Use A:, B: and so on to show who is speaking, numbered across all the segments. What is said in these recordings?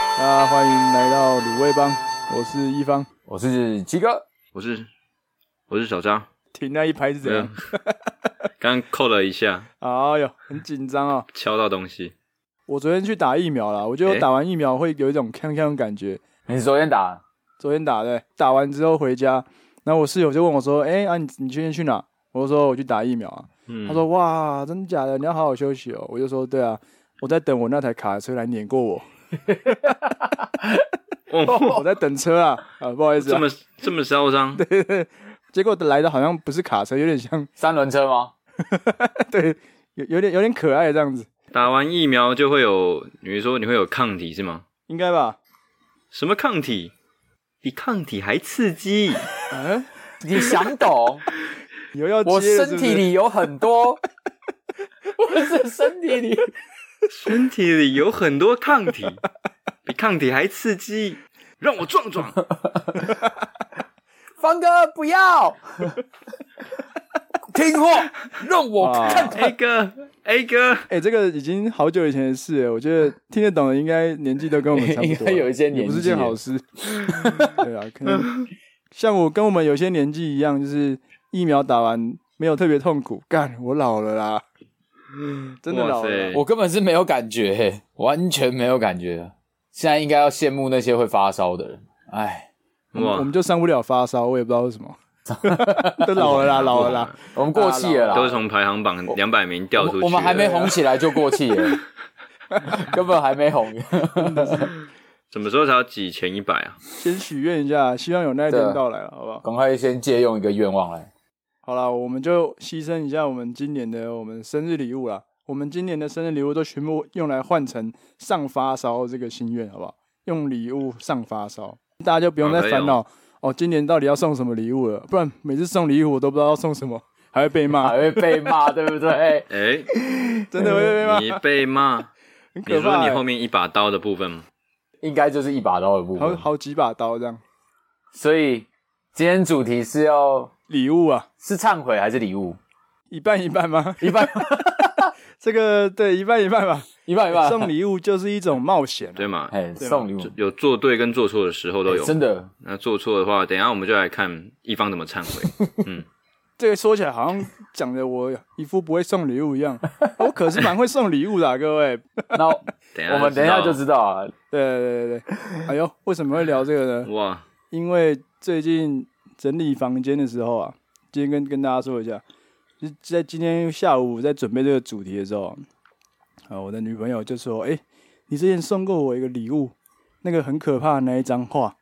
A: 欢迎来到卤味帮，我是一方。
B: 我是鸡哥，
C: 我是我是小张，
A: 停那一拍是怎样？
C: 刚扣了一下，
A: 哎呦，很紧张哦。
C: 敲到东西，
A: 我昨天去打疫苗了，我觉得我
C: 诶
A: 打完疫苗会有一种锵锵的感觉。
B: 你昨天打
A: 昨天打的，打完之后回家，然后我室友就问我说：“哎、啊你你今天去哪？”我就说我去打疫苗啊。
C: 嗯，
A: 他说：“哇，真的假的？你要好好休息哦。”我就说：“对啊，我在等我那台卡车来碾过我，
C: 哦，
A: 我在等车啊啊，不好意思、
C: 这
A: 啊。
C: 么这么嚣张，”
A: 结果来的好像不是卡车，有点像，
B: 三轮车吗？
A: 对，有有点有点可爱这样子，
C: 打完疫苗就会有，你说你会有抗体是吗？
A: 应该吧？
C: 什么抗体？比抗体还刺激，
A: 嗯、
B: 你想 懂？
A: 你又要接
B: 我
A: 了是不是
B: 身体里有很多， 我是身体里
C: 身体里有很多抗体，比抗体还刺激，让我壮壮，
B: 方哥不要 听话，让我
A: 哇
B: 看
C: 哎哥，哎哥，
A: 哎、这个已经好久以前的事了，我觉得听得懂的应该年纪都跟我们差不多，啊
B: 应该有一些年
A: 也
B: 纪啊
A: 不是件好 事。对啊，可能像我跟我们有些年纪一样，就是疫苗打完没有特别痛苦。干，我老了啦，真的老
C: 哇
A: 了
C: 塞
A: 啦。
B: 我根本是没有感觉、嘿，完全没有感觉。现在应该要羡慕那些会发烧的人。哎，
A: 我们我
C: 哇
A: 们，就上不了发烧，我也不知道为什 么，都老了啦，老了啦。
B: 我们过气了啦，
C: 都是从排行榜两百名掉出去
B: 我们还没
C: 了
B: 红起来就过气 了，根本还没红。
C: 什么时候才要挤前一百啊？
A: 先许愿一下，希望有那一
B: 对
A: 天
B: 啊
A: 到来了，好不好？
B: 赶快先借用一个愿望来。
A: 好啦，我们就牺牲一下我们今年的我们生日礼物啦。我们今年的生日礼物都全部用来换成上发烧这个心愿，好不好？用礼物上发烧，大家就不用再烦恼、哦，今年到底要送什么礼物了？不然每次送礼物我都不知道要送什么，还会被骂
B: 还，会被骂，对不对？
C: 哎、
A: 真的会被骂，
C: 你被骂，
A: 很
C: 你
A: 可
C: 说
A: 怕、
C: 你
A: 欸
C: 后面一把刀的部分吗？
B: 应该就是一把刀的部
A: 好
B: 分。
A: 好几把刀这样。
B: 所以今天主题是要
A: 礼物啊，
B: 是忏悔还是礼物？
A: 一半一半吗？
B: 一半
A: 这个对，一半一 半吧。
B: 一半一半。
A: 送礼物就是一种冒险、啊，
C: 对嘛？
B: 哎，送礼物
C: 有做对跟做错的时候都有。
B: 哎真的
C: 那做错的话，等一下我们就来看一方怎么忏 悔。
A: 这个说起来好像讲的我一副不会送礼物一样，我可是蛮会送礼物的、啊，各位。
B: 那我
C: 等一下，
B: 们等一下就知道啊。
A: 对对对对对，哎呦，为什么会聊这个呢？
C: 哇，
A: 因为最近整理房间的时候啊，今天跟跟大家说一下，就在今天下午在准备这个主题的时候，啊，我的女朋友就说：“哎、你之前送过我一个礼物，那个很可怕的那一张画，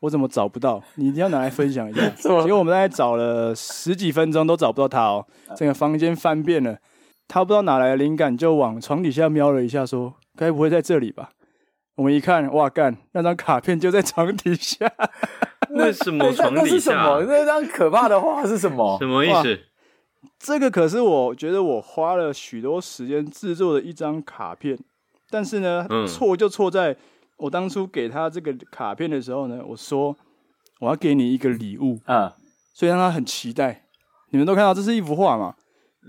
A: 我怎么找不到？你一定要拿来分享一下。”
B: 什么
A: 结果我们大概找了十几分钟都找不到他哦，整个房间翻遍了，他不知道哪来的灵感，就往床底下瞄了一下，说：“该不会在这里吧？”我们一看，哇干，那张卡片就在床底下。
C: 为什 么床
B: 那
C: 底
B: 是什
C: 下？
B: 么？那张可怕的话是什么
C: 什？么意思？
A: 这个可是我觉得我花了许多时间制作的一张卡片，但是呢，
C: 嗯
A: 错就错在我当初给他这个卡片的时候呢，我说我要给你一个礼物，
B: 嗯，
A: 所以让他很期待。你们都看到这是一幅画嘛，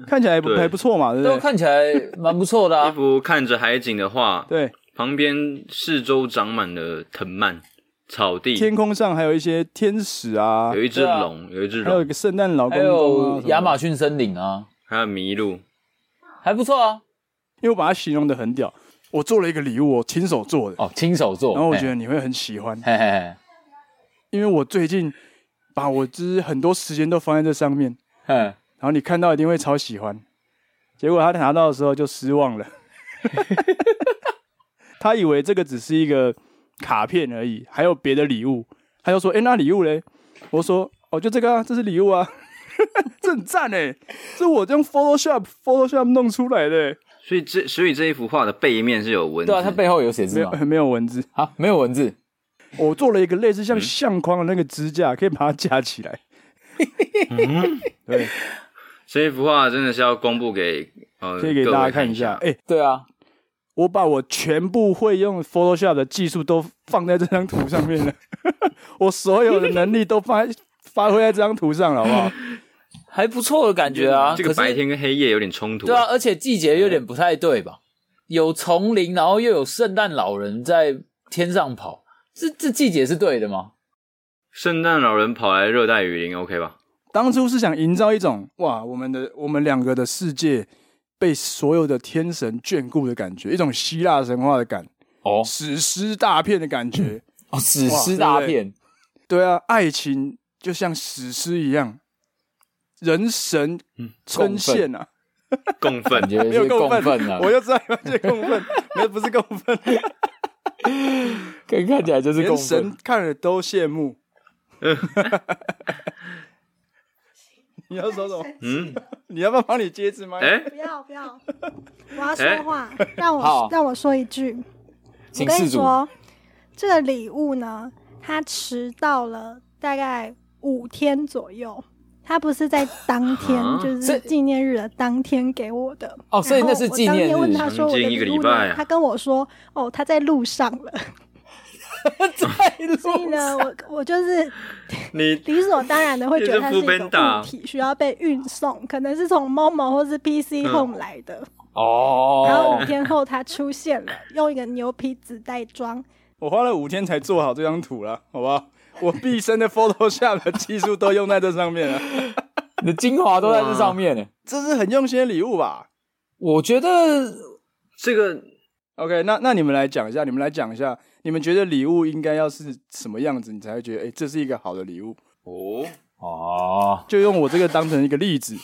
A: 看起来不
C: 嗯对
A: 还不错嘛，对
B: 都
A: 不对？
B: 看起来蛮不错的
C: 一
B: 啊。
C: 幅看着海景的画，
A: 对，
C: 旁边四周长满了藤蔓、草地，
A: 天空上还有一些天使啊，
C: 有一只
B: 对啊
C: 龙，有一只
A: 还有
C: 龙
A: 一，个圣诞老
B: 还
A: 公公啊
B: 有
A: 什么的，
B: 亚马逊森林啊，
C: 还有麋鹿。
B: 还不错啊。
A: 因为我把它形容的很屌，我做了一个礼物，我亲手做的，
B: 哦，亲手做。
A: 然后我
C: 哎
A: 觉得你会很喜欢。
B: 嘿，嘿嘿
A: 因为我最近把我之很多时间都放在这上面，
B: 嘿，嗯，
A: 然后你看到一定会超喜欢。结果他拿到的时候就失望了， 他以为这个只是一个卡片而已，还有别的礼物。他就说：“哎、那礼物嘞？”我说：“哦，就这个啊，这是礼物啊， 这很赞哎，这我用 Photoshop Photoshop 弄出来的欸，
C: 所以这所以这一幅画的背面是有文字，
B: 对啊，它背后有写
A: 没
B: 字
A: 有
B: 吗？
A: 没有文字。
B: 啊，没有文字。
A: 我做了一个类似
C: 嗯
A: 像相框的那个支架，可以把它架起来。对，
C: 这一幅画真的是要公布给呃
A: 可以给大
C: 各
A: 家
C: 位
A: 看
C: 看
A: 一下。哎、
B: 对啊，
A: 我把我全部会用 Photoshop 的技术都放在这张图上面了， 我所有的能力都发发挥在这张图上了，好不好？
B: 还不错的感觉啊。
C: 这个
B: 可是
C: 白天跟黑夜有点冲突。
B: 对啊，而且季节有点嗯不太对吧？有丛林，然后又有圣诞老人在天上跑，这这季节是对的吗？
C: 圣诞老人跑来热带雨林，OK 吧？
A: 当初是想营造一种哇，我们的我们两个的世界被所有的天神眷顾的感觉，一种希腊神话的感，
B: 哦
A: 史诗大片的感觉。
B: 哦，史诗大片，
A: 对啊，爱情就像史诗一样，人神
B: 嗯
A: 称羡啊！
C: 共愤
B: 感觉
A: 没有
B: 是
A: 共
B: 共
A: 愤，
B: 愤啊！
A: 我就知道你们这共愤， 那不是共愤，
B: 看看起来就是
A: 连
B: 共
A: 神
B: 愤。
A: 看了都羡慕。你要说什么？
C: 嗯，
A: 你要不要帮你接字吗？
C: 哎、
D: 不要 不要，我要说话，让我
B: 哎好
D: 让我说一句。我
B: 请
D: 跟
B: 事
D: 你
B: 主
D: 说，这个礼物呢，他迟到了大概五天左右。他不是在当天
C: 啊，
D: 就是
B: 这
D: 纪念日的当天给我的。
B: 哦所以
D: 然后
B: 那是纪念日
D: 我当天问他说我的
C: 将近一个
D: 礼
C: 礼
D: 物
C: 拜啊
D: 呢，他跟我说：“哦，他在路上了。
B: 在”
D: 所以
B: 路
D: 呢，我我就是
C: 你
D: 理所当然的会觉得它是一
C: 你是 Foodpanda
D: 个物体，需要被运送，可能是从 Momo 或是 PC
C: 嗯
D: Home 来的。然后
B: 哦
D: 五，天后它出现了，用一个牛皮纸袋装，
A: 我花了五天才做好这张图了，好不好？我毕生的 Photoshop 的技术都用在这上面了，
B: 你的精华都在这上面呢。
A: 这是很用心的礼物吧
B: 我觉得
C: 这个
A: ？OK，那那你们来讲一下，你们来讲一下，你们觉得礼物应该要是什么样子，你才会觉得哎、诶这是一个好的礼物？
C: 哦，
B: 哦，
A: 就用我这个当成一个例子，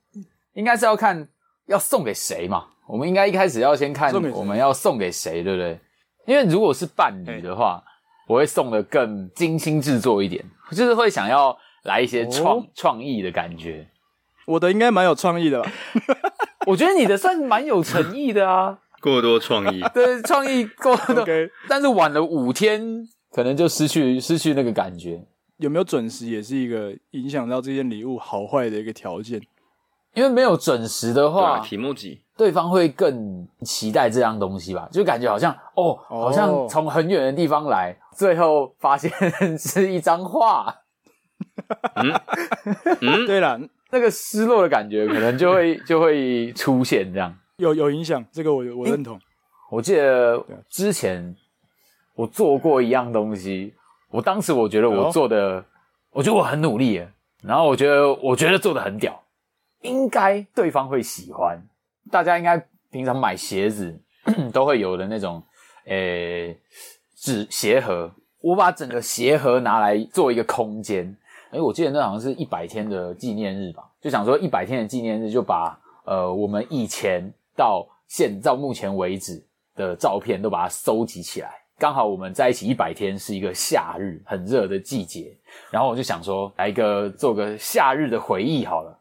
B: 应该是要看要送给谁嘛。我们应该一开始要先看
A: 送给谁
B: 我们要送给谁，对不对？因为如果是伴侣的话，我会送的更精心制作一点，就是会想要来一些创、
A: 哦
B: 创意的感觉。
A: 我的应该蛮有创意的吧？
B: 我觉得你的算蛮有诚意的啊，过
C: 多创意
B: 对，创意够的
A: OK
B: 但是晚了五天，可能就失去失去那个感觉。
A: 有没有准时也是一个影响到这件礼物好坏的一个条件。
B: 因为没有准时的
C: 对啊，
B: 话，
C: 题目集
B: 对方会更期待这样东西吧，就感觉好像哦，
A: 哦
B: 好像从很远的地方来，最后发现是一张画，
A: 对啦，
B: 那个失落的感觉可能就会就会出现这样。
A: 有有影响，这个我我 认同。
B: 我记得之前我做过一样东西，我当时我觉得我做的，我觉得我很努力耶，然后我觉得我觉得做的很屌，应该对方会喜欢。大家应该平常买鞋子 都会有的那种，诶、纸鞋盒。我把整个鞋盒拿来做一个空间，哎，我记得那好像是一百天的纪念日吧，就想说一百天的纪念日就把呃我们以前到现到目前为止的照片都把它收集起来。刚好我们在一起一百天是一个夏日，很热的季节，然后我就想说来一个做个夏日的回忆好了。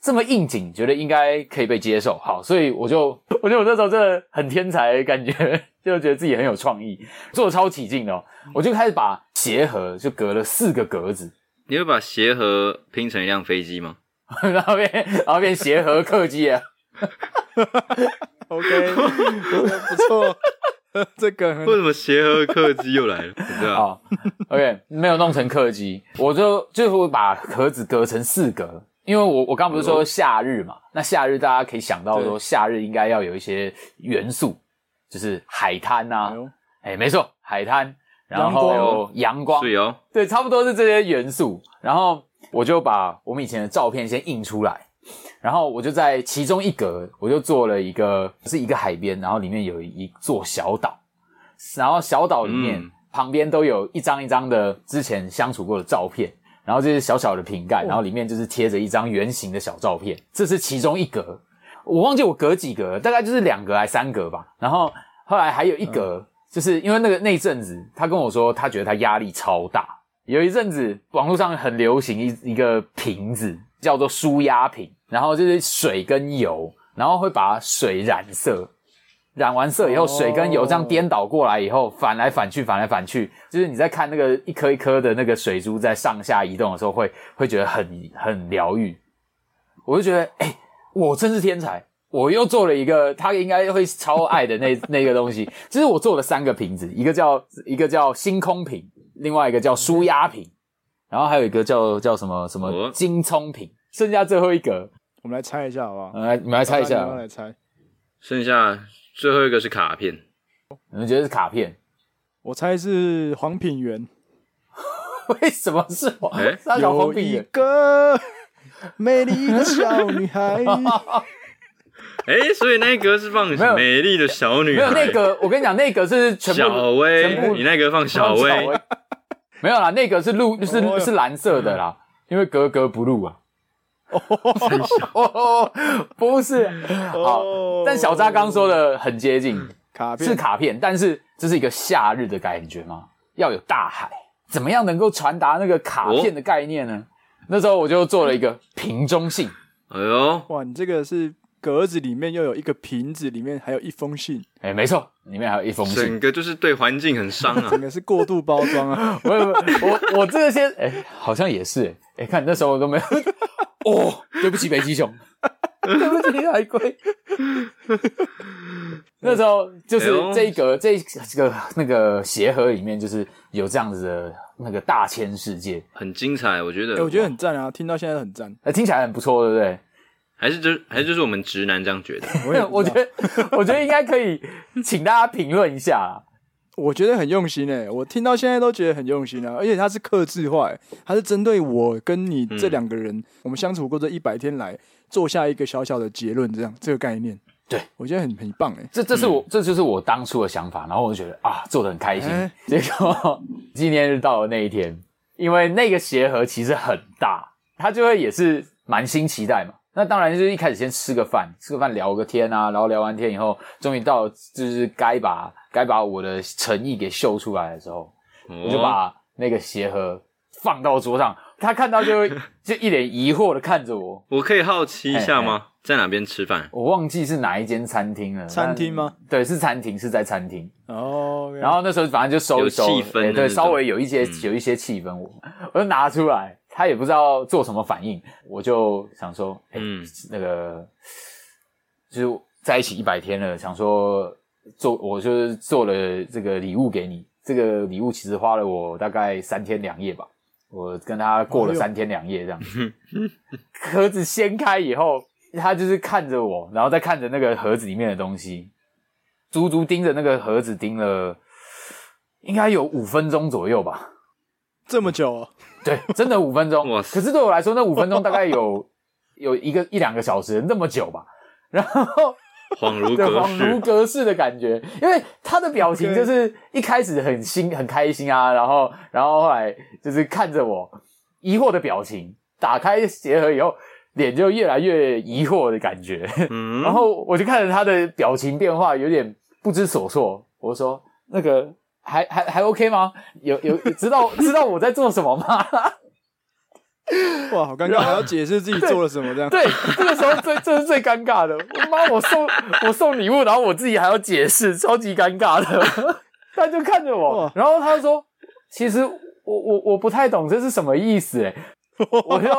B: 这么应景，觉得应该可以被接受。好，所以我就 我觉得我那时候真的很天才，感觉就觉得自己很有创意，做的超起劲的、哦。我就开始把鞋盒就隔了四个格子，
C: 你会把鞋盒拼成一辆飞机吗？
B: 然后变然后变鞋盒客机啊，
A: OK，这 不错， 这个很
B: 嗯
C: 为什么鞋盒客机又 来了？你知道？
B: 好 o k 没有弄成客机，我就最后把盒子隔成四格，因为我我刚不是说夏日嘛，那夏日大家可以想到说
A: 嗯对
B: 夏日应该要有一些元素，就是海滩啊
A: 哎，呦
B: 哎、没错，海滩，然
A: 阳光
B: 后阳光，
C: 对哦，
B: 对，差不多是这些元素。然后我就把我们以前的照片先印出来，然后我就在其中一格，我就做了一个是一个海边，然后里面有一座小岛，然后小岛里面、
C: 嗯
B: 旁边都有一张一张的之前相处过的照片，然后这是小小的瓶盖，然后里面就是贴着一张圆形的小照片，这是其中一格。我忘记我隔几格，大概就是两格还三格吧。然后后来还有一格，就是因为那个那一阵子，他跟我说他觉得他压力超大。有一阵子网络上很流行一一个瓶子，叫做舒压瓶，然后就是水跟油，然后会把水染色，染完色以后，
A: 哦
B: 水跟油这样颠倒过来以后，反来反去，反来反去，就是你在看那个一颗一颗的那个水珠在上下移动的时候会，会觉得很很疗愈。我就觉得，哎、我真是天才，我又做了一个他应该会超爱的那那个东西。就是我做了三个瓶子，一个叫一个叫星空瓶，另外一个叫舒压瓶，然后还有一个叫叫什么什么
C: 哦
B: 金葱瓶，剩下最后一格，
A: 我们来猜一下好不好？
B: 呃，你们来猜一
A: 大
B: 下
A: 家，来猜。
C: 剩下最后一个是卡片，
B: 你们觉得是卡片？
A: 我猜是黄品源，
B: 为什么是我？
C: 哎
B: 他搞
A: 有
B: 黄
A: 一
B: 品
A: 个美丽的小女孩，
C: 哎，所以那一格是放
B: 没有
C: 美丽的小女
B: 没有
C: 孩，
B: 那个，我跟你讲，那个是全部
C: 小
B: 全
C: 薇，
B: 部
C: 你那个放小薇，，
B: 没有啦，那个是露是
A: 哦哟
B: 是蓝色的啦，因为格格不入啊。哦， 不是，好
A: 哦，
B: 但小扎刚说的很接近，
A: 卡片
B: 是卡片，但是这是一个夏日的感觉吗？要有大海，怎么样能够传达那个卡片的概念呢？那时候我就做了一个瓶中信，
C: 哎呦，
A: 哇，你这个是格子里面又有一个瓶子，里面还有一封信，
B: 哎，没错，里面还有一封信！
C: 整，个就是对环境很伤啊
A: 整，个是过度包装啊
B: 我我我这些哎、好像也是哎、哎看那时候我都没有 哦，对不起北极熊，对不起海龟。那时候就是
C: 哎呦
B: 这一格这一个那个鞋盒里面就是有这样子的那个大千世界，
C: 很精彩，我觉
A: 哎、
C: 得，
A: 我觉得很赞啊，听到现在都很赞。
B: 呃，听起来很不错，对不对？
C: 还是就是还是就是我们直男这样觉得，
A: 我也不
B: 我
A: 知
B: 觉
A: 道
B: 得我觉得应该可以请大家评论一下啊。
A: 我觉得很用心诶、我听到现在都觉得很用心啊！而且它是克制化、欸，它是针对我跟你这两个人，我们相处过这一百天来，做下一个小小的结论，这样这个概念，
B: 对
A: 我觉得很很棒欸诶、
B: 这这是
A: 嗯
B: 我、这就是我当初的想法，然后我就觉得啊，做的很开心。
A: 哎
B: 结果纪念日到了那一天，因为那个鞋盒其实很大，它就会也是满心期待嘛。那当然就是一开始先吃个饭，吃个饭聊个天啊，然后聊完天以后，终于到了就是该把该把我的诚意给秀出来的时候， 我就
C: 哦，
B: 把那个鞋盒放到桌上，他看 到就会就一脸疑惑的看着我，
C: 我可以好奇一下吗？在哪边吃饭？
B: 我忘记是哪一间餐厅了。
A: 餐厅吗
B: 但？对，是餐厅，是在餐厅。
A: 哦，
B: 然后那时候反正就收一收，
C: 有气氛的
B: 哎对，
C: 那种
B: 稍微有一些、
C: 嗯
B: 有一些气氛我，我就拿出来，他也不知道做什么反应，我就想说，哎、
C: 嗯
B: 那个就是在一起一百天了，想说做我就是做了这个礼物给你，这个礼物其实花了我大概三天两夜吧，我跟他过了
A: 哎呦
B: 三天两夜这样。盒子掀开以后，他就是看着我，然后再看着那个盒子里面的东西，足足盯着那个盒子盯了，应该有五分钟左右吧。
A: 这么久、哦，
B: 对，真的五分钟。
C: 哇塞
B: 可是对我来说，那五分钟大概有有一个一两个小时那么久吧。然后
C: 恍如
B: 对，
C: 隔
B: 恍如
C: 世，
B: 隔世的感觉，因为他的表情就是一开始很兴很开心啊，然后然后后来就是看着我疑惑的表情，打开鞋盒以后，脸就越来越疑惑的感觉，
C: 嗯
B: 然后我就看着他的表情变化，有点不知所措，我就说那个还还还 OK 吗？有有知道知道我在做什么吗？
A: 哇，好尴尬，还要解释自己做了什么这样。
B: 对，这个时候最这是最尴尬的。我妈，我送我送礼物，然后我自己还要解释，超级尴尬的。他就看着我
A: 哇，
B: 然后他就说：“其实我我我不太懂这是什么意思。”哎，我就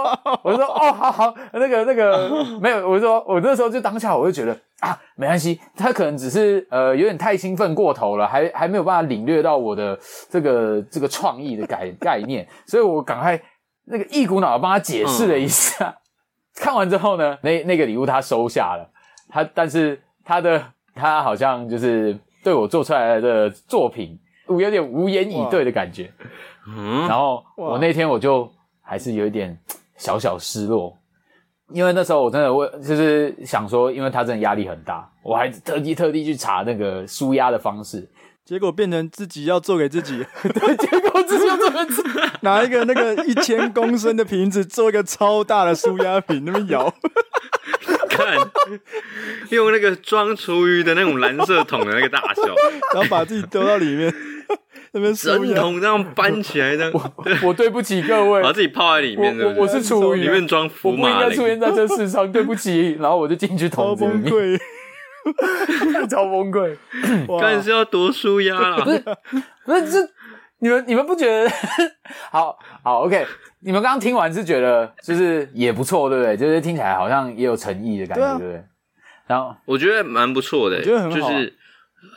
B: 我就说：“哦，好好，那个那个没有。”我就说我那时候就当下我就觉得啊，没关系，他可能只是呃有点太兴奋过头了，还还没有办法领略到我的这个这个创意的概概念，所以我赶快那个一股脑地帮他解释了一下。 看完之后呢，那那个礼物他收下了，他但是他的他好像就是对我做出来的作品，我有点无言以对的感觉。
C: 嗯，
B: 然后
A: 哇
B: 我那天我就还是有一点小小失落，因为那时候我真的我就是想说，因为他真的压力很大，我还特地特地去查那个舒压的方式，
A: 结果变成自己要做给自己，
B: 结果自己又这么做
A: 拿一个那个一千公升的瓶子做一个超大的舒压瓶，那边摇，
C: 看，用那个装厨余的那种蓝色桶的那个 大小，
A: 然后把自己丢到里面， 那边舒
C: 整
A: 压。
C: 桶这样搬起来的，把
B: 我对不起各位，
C: 自己泡哦在里面，
B: 我
C: 对
B: 我
C: 不
B: 我
C: 对
B: 是厨余，
C: 里面装
B: 我
C: 福
B: 不应
C: 马
B: 该出
C: 林，
B: 现在这世上，对不起。然后我就进去
A: 超
B: 桶子里
A: 崩
B: 面，
A: 溃，
B: 超崩溃。
A: 哇！
C: 看是要多舒压啦。
B: 不是这，你们你们不觉得？ 好好，OK。你们刚刚听完是觉得就是也不错，对不对？就是听起来好像也有诚意的感觉，
A: 对啊
B: 对不对？然后
C: 我觉得蛮不错的、
A: 我觉得很好
C: 就
A: 啊
C: 是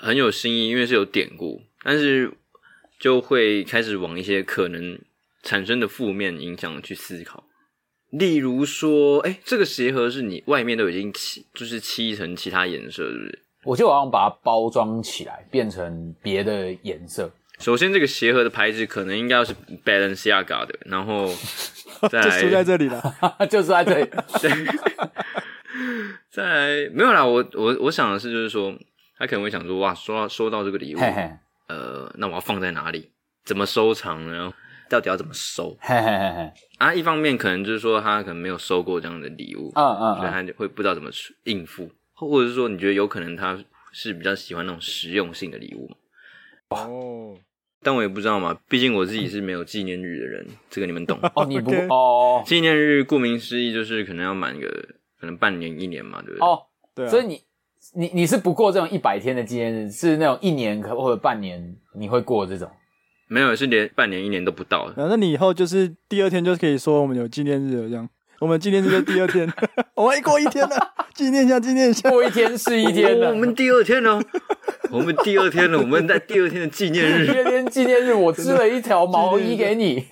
C: 很有新意，因为是有典故，但是就会开始往一些可能产生的负面影响去思考。例如说，哎、这个鞋盒是你外面都已经漆，就是漆成其他颜色，是不是？
B: 我就好像把它包装起来，变成别的颜色。
C: 首先，这个鞋盒的牌子可能应该要是 Balenciaga 的，然后再
A: 就输在
C: 来
A: 这里了。
B: 就是在这 里，
C: 再来没有啦，我我我想的是，就是说他可能会想说，哇，收到收到这个礼物，
B: 嘿嘿
C: 呃，那我要放在哪里？怎么收藏呢？到底要怎么收
B: 嘿嘿嘿嘿，
C: 啊？一方面可能就是说他可能没有收过这样的礼物，
B: 嗯嗯
C: 所以
B: 嗯，
C: 他就会不知道怎么处应付，或者是说你觉得有可能他是比较喜欢那种实用性的礼物嘛？
A: 哦，
C: 但我也不知道嘛，毕竟我自己是没有纪念日的人，这个你们 懂。
B: 哦，你不
A: OK
B: 哦
C: 纪念日顾名思义就是可能要满个可能半年一年嘛，对不对？
B: 哦，
A: 对啊，
B: 所以你你你是不过这种一百天的纪念日，是那种一年可或者半年你会过这种
C: 没有，是连半年一年都不到的。
A: 然后那你以后就是第二天就可以说我们有纪念日了，这样。我们纪念日就第二 天，我们还过一天了，纪念一下，纪念一下。
B: 过一天是一天
C: 哦我
B: 的。
C: 们第二天呢？ 我们第二天了，我们在第二天的纪 念日。
B: 月天纪念日，我织了一条毛衣给你。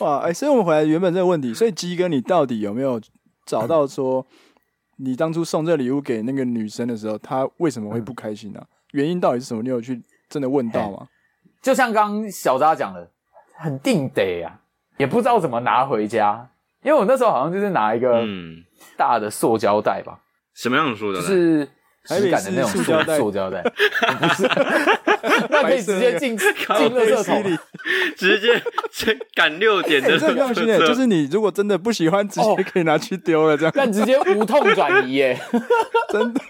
A: 哇，哎、所以我们回来原本这个问题，所以鸡哥你到底有没有找到说，你当初送这礼物给那个女生的时候，她为什么会不开心呢、原因到底是什么？你有去真的问到吗？
B: 就像刚刚小扎讲的，很定得啊，也不知道怎么拿回家。因为我那时候好像就是拿一个
C: 嗯，
B: 大的塑胶袋吧，
C: 什么样的塑胶
B: 就
C: 袋？
B: 是
A: 台北
B: 质感的
A: 市
B: 那种
A: 塑胶袋
B: 塑胶 袋，不是， 那可以直接进进垃圾
A: 犀
B: 桶
A: 利。，
C: 直接这赶六点
B: 哎
C: 的
A: 你这很用心的，就是你如果真的不喜欢，直
B: 哦
A: 接可以拿去丢了，这样、
B: 但直接无痛转 移耶！
A: 真的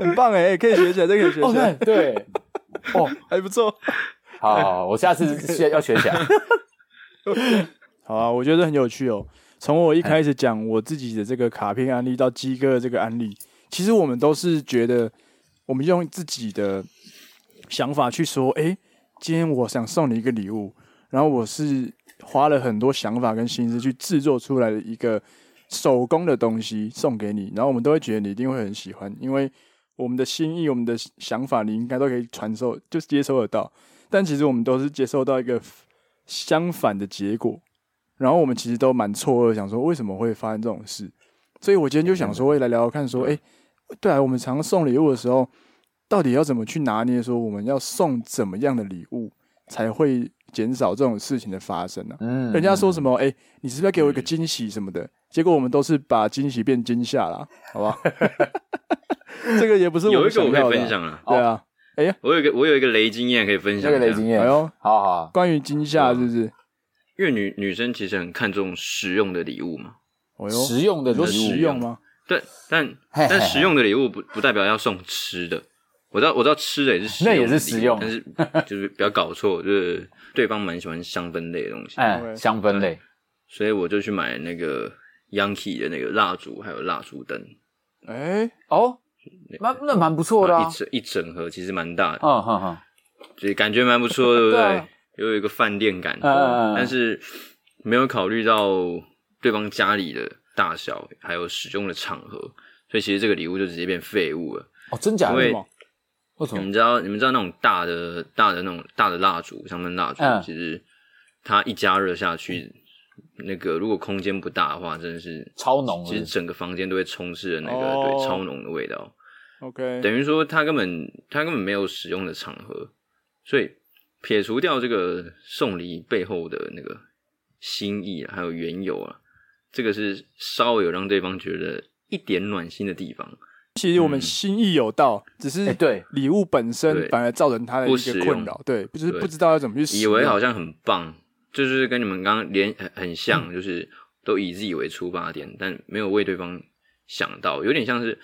A: 很棒哎、哎可以学起来，这可以学
B: 哦，
A: 起来，
B: 那对，哦，
A: 还不错。
B: 好好，好我下次学要学起来。
A: 好啊，我觉得很有趣哦。从我一开始讲我自己的这个卡片案例到鸡哥的这个案例，其实我们都是觉得，我们用自己的想法去说，诶，今天我想送你一个礼物，然后我是花了很多想法跟心思去制作出来的一个手工的东西送给你，然后我们都会觉得你一定会很喜欢，因为我们的心意、我们的想法，你应该都可以传授，就是接收得到。但其实我们都是接受到一个相反的结果，然后我们其实都蛮错愕，想说为什么会发生这种事。所以我今天就想说，会来聊聊看，说，诶，对啊，我们常送礼物的时候，到底要怎么去拿捏，说我们要送怎么样的礼物，才会减少这种事情的发生呢、啊
B: 嗯
A: 人家说什么？哎、你是不是要给我一
C: 嗯
A: 个惊喜什么的？结果我们都是把惊喜变惊吓了，好 不好？这个也不是们
C: 有一个
A: 想
C: 我可
A: 要
C: 以
A: 的啊
C: 分，享啊，
A: 对啊。
C: 我有一个我有一个雷经验可以分
B: 这
C: 享一
B: 个
C: 下。
B: 雷经验
A: 哎，呦，
B: 好好，
A: 关于惊吓是不是？
C: 因为女女生其实很看重实用的礼物嘛。
A: 哎呦，
C: 啊
B: 实用的
A: 你
B: 礼物
A: 说实用吗？
C: 对，但
B: 嘿嘿嘿
C: 但实用的礼物不不代表要送吃的。我知道我知道吃的也是实用的
B: 那也
C: 礼物，
B: 是实用
C: 但是就是不要搞错，就是对方蛮喜欢香氛类的东西，
B: 哎，
A: OK
B: 香氛类，
C: 所以我就去买那个 Yankee 的那个蜡烛，还有蜡烛灯，
A: 哎，
B: 哦，蛮那蛮不错的
C: 然后
B: 啊
C: 一，整一整盒其实蛮大的，
B: 嗯哼哼，
C: 所以感觉蛮不错，对不
B: 对
C: 对
B: 啊？
C: 有一个饭店感，
B: 嗯
C: 但是没有考虑到对方家里的大小，还有使用的场合，所以其实这个礼物就直接变废物了。
B: 哦，真假的？
C: 因为
B: 为什
C: 你
B: 么？
C: 们知道，你们知道那种大的、大的那种大的蜡烛，香氛蜡烛，
B: 嗯
C: 其实它一加热下去，那个如果空间不大的话，真的是
B: 超浓
C: 其实
B: 的，
C: 整个房间都会充斥着那个、
A: 哦
C: 对超浓的味道。
A: ，OK，
C: 等于说它根本它根本没有使用的场合，所以撇除掉这个送礼背后的那个心意、啊、还有缘由啊，这个是稍微有让对方觉得一点暖心的地方，
A: 其实我们
C: 嗯
A: 心意有到，只是
B: 哎对
A: 礼物本身
C: 对
A: 反而造成他的
C: 不
A: 一
C: 实
A: 个
C: 用
A: 困扰，对，就是
C: 对
A: 不知道要怎么去使
C: 以
A: 用
C: 为好像很棒，就是跟你们刚刚连很 很像，就是都以自己为出发点，但没有为对方想到，有点像是。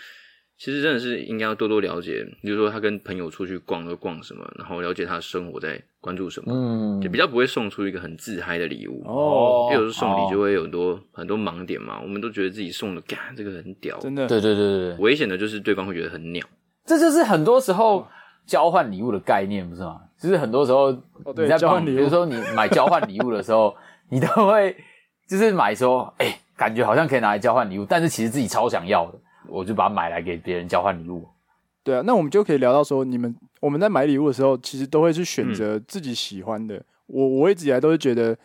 C: 其实真的是应该要多多了解，比如说他跟朋友出去逛都逛什么，然后了解他的生活在关注什么，
B: 嗯
C: 就比较不会送出一个很自嗨的礼物。
A: 哦，
C: 因为有时候送礼就
B: 会，
C: 会有很多、很多盲点嘛，我们都觉得自己送的，干这个很屌。
A: 真的
B: 对对对对对，
C: 危险的就是对方会觉得很鸟。
B: 这就是很多时候交换礼物的概念，不是吗？就是很多时候
A: 对
B: 你在
A: 交
B: 帮，
A: 换礼
B: 比
A: 物
B: 如说你买交换礼物的时候，你都会就是买说，哎，感觉好像可以拿来交换礼物，但是其实自己超想要的，我就把它买来给别人交换礼物。
A: 对啊，那我们就可以聊到说，你们我们在买礼物的时候，其实都会去选择
C: 嗯
A: 自己喜欢的。我我一直以来都是觉得，